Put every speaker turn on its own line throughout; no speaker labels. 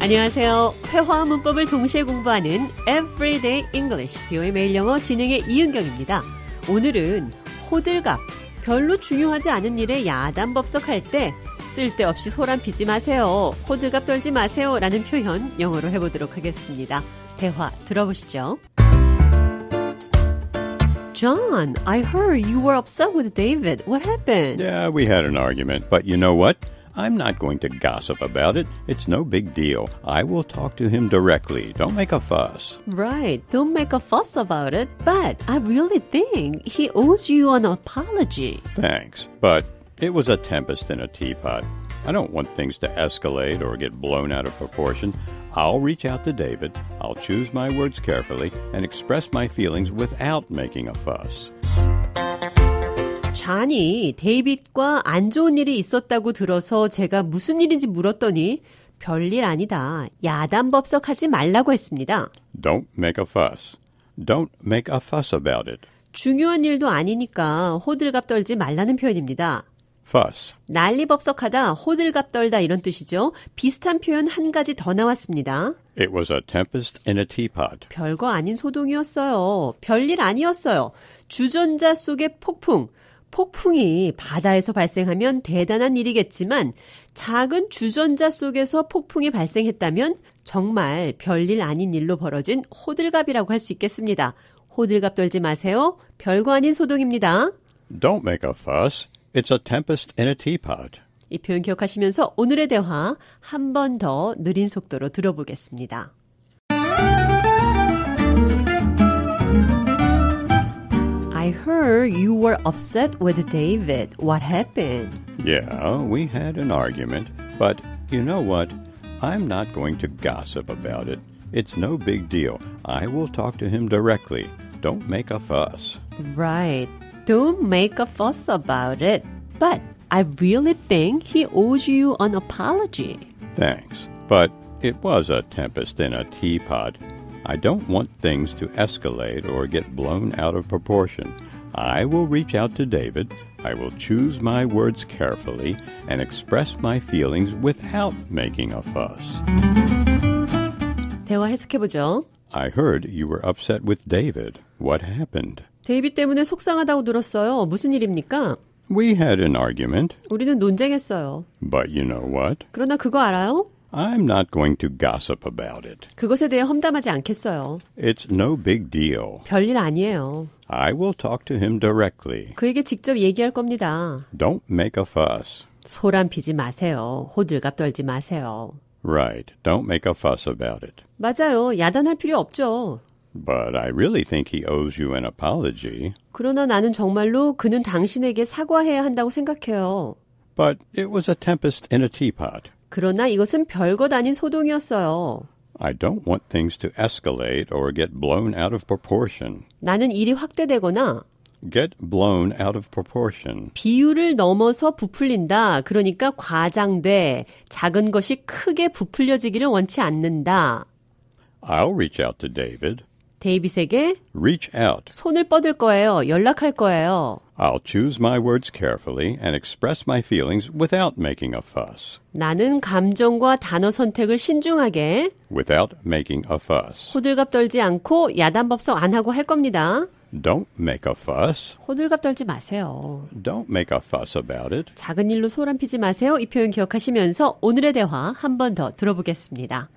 안녕하세요. 회화와 문법을 동시에 공부하는 Everyday English, 비오의 매일 영어 진행의 이은경입니다. 오늘은 호들갑, 별로 중요하지 않은 일에 야단법석할 때 쓸데없이 소란 피지 마세요. 호들갑 떨지 마세요. 라는 표현 영어로 해보도록 하겠습니다. 대화 들어보시죠. John, I heard you were upset with David. What happened?
Yeah, we had an argument, but you know what? I'm not going to gossip about it. It's no big deal. I will talk to him directly. Don't make a fuss.
Right. Don't make a fuss about it. But I really think he owes you an apology.
Thanks, but it was a tempest in a teapot. I don't want things to escalate or get blown out of proportion. I'll reach out to David, I'll choose my words carefully, and express my feelings without making a fuss.
잔이 데이빗과 안 좋은 일이 있었다고 들어서 제가 무슨 일인지 물었더니 별일 아니다. 야단법석하지 말라고 했습니다.
Don't make a fuss. Don't make a fuss about it.
중요한 일도 아니니까 호들갑 떨지 말라는 표현입니다.
Fuss.
난리법석하다, 호들갑 떨다 이런 뜻이죠. 비슷한 표현 한 가지 더 나왔습니다.
It was a tempest in a teapot.
별거 아닌 소동이었어요. 별일 아니었어요. 주전자 속의 폭풍. 폭풍이 바다에서 발생하면 대단한 일이겠지만 작은 주전자 속에서 폭풍이 발생했다면 정말 별일 아닌 일로 벌어진 호들갑이라고 할 수 있겠습니다. 호들갑 떨지 마세요. 별거 아닌 소동입니다.
Don't make a fuss. It's a tempest in a teapot.
이 표현 기억하시면서 오늘의 대화 한 번 더 느린 속도로 들어보겠습니다. I heard you were upset with David. What happened?
Yeah, we had an argument, but you know what? I'm not going to gossip about it. It's no big deal. I will talk to him directly. Don't make a fuss.
Right. Don't make a fuss about it. But I really think he owes you an apology.
Thanks, but it was a tempest in a teapot. I don't want things to escalate or get blown out of proportion. I will reach out to David. I will choose my words carefully and express my feelings without making a fuss.
대화 해석해보죠.
I heard you were upset with David. What happened?
데이비 때문에 속상하다고 들었어요. 무슨 일입니까?
We had an argument,
우리는 논쟁했어요.
but you know what?
그러나 그거 알아요?
I'm not going to gossip about it.
그것에 대해 험담하지 않겠어요.
It's no big deal.
별일 아니에요.
I will talk to him directly.
그에게 직접 얘기할 겁니다.
Don't make a fuss.
소란 피지 마세요. 호들갑 떨지 마세요.
Right, don't make a fuss about it.
맞아요. 야단할 필요 없죠.
But I really think he owes you an apology.
그러나 나는 정말로 그는 당신에게 사과해야 한다고 생각해요.
But it was a tempest in a teapot.
그러나 이것은 별것 아닌 소동이었어요.
I don't want things to escalate or get blown out of proportion.
나는 일이 확대되거나
Get blown out of proportion.
비율을 넘어서 부풀린다. 그러니까 과장돼. 작은 것이 크게 부풀려지기를 원치 않는다.
I'll reach out to David.
데이빗에게
Reach out.
손을 뻗을 거예요. 연락할 거예요.
I'll choose my words carefully and express my feelings without making a fuss.
나는 감정과 단어 선택을 신중하게
Without making a fuss.
호들갑 떨지 않고 야단법석 안 하고 할 겁니다.
Don't make a fuss.
호들갑 떨지 마세요.
Don't make a fuss about it.
작은 일로 소란 피지 마세요. 이 표현 기억하시면서 오늘의 대화 한 번 더 들어보겠습니다.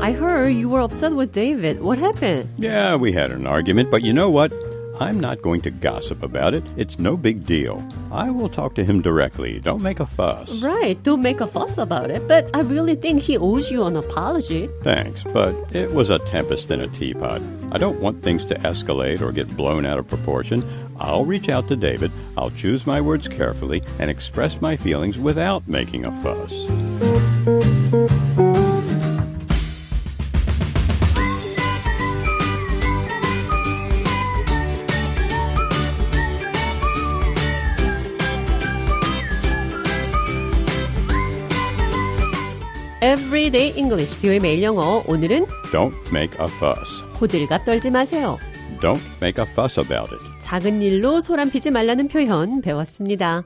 I heard you were upset with David. What happened?
Yeah, we had an argument, but you know what? I'm not going to gossip about it. It's no big deal. I will talk to him directly. Don't make a fuss.
Right, don't make a fuss about it, but I really think he owes you an apology.
Thanks, but it was a tempest in a teapot. I don't want things to escalate or get blown out of proportion. I'll reach out to David. I'll choose my words carefully and express my feelings without making a fuss.
Everyday English, 뷰의 매일 영어. 오늘은
Don't make a fuss.
호들갑 떨지 마세요.
Don't make a fuss about it.
작은 일로 소란 피지 말라는 표현 배웠습니다.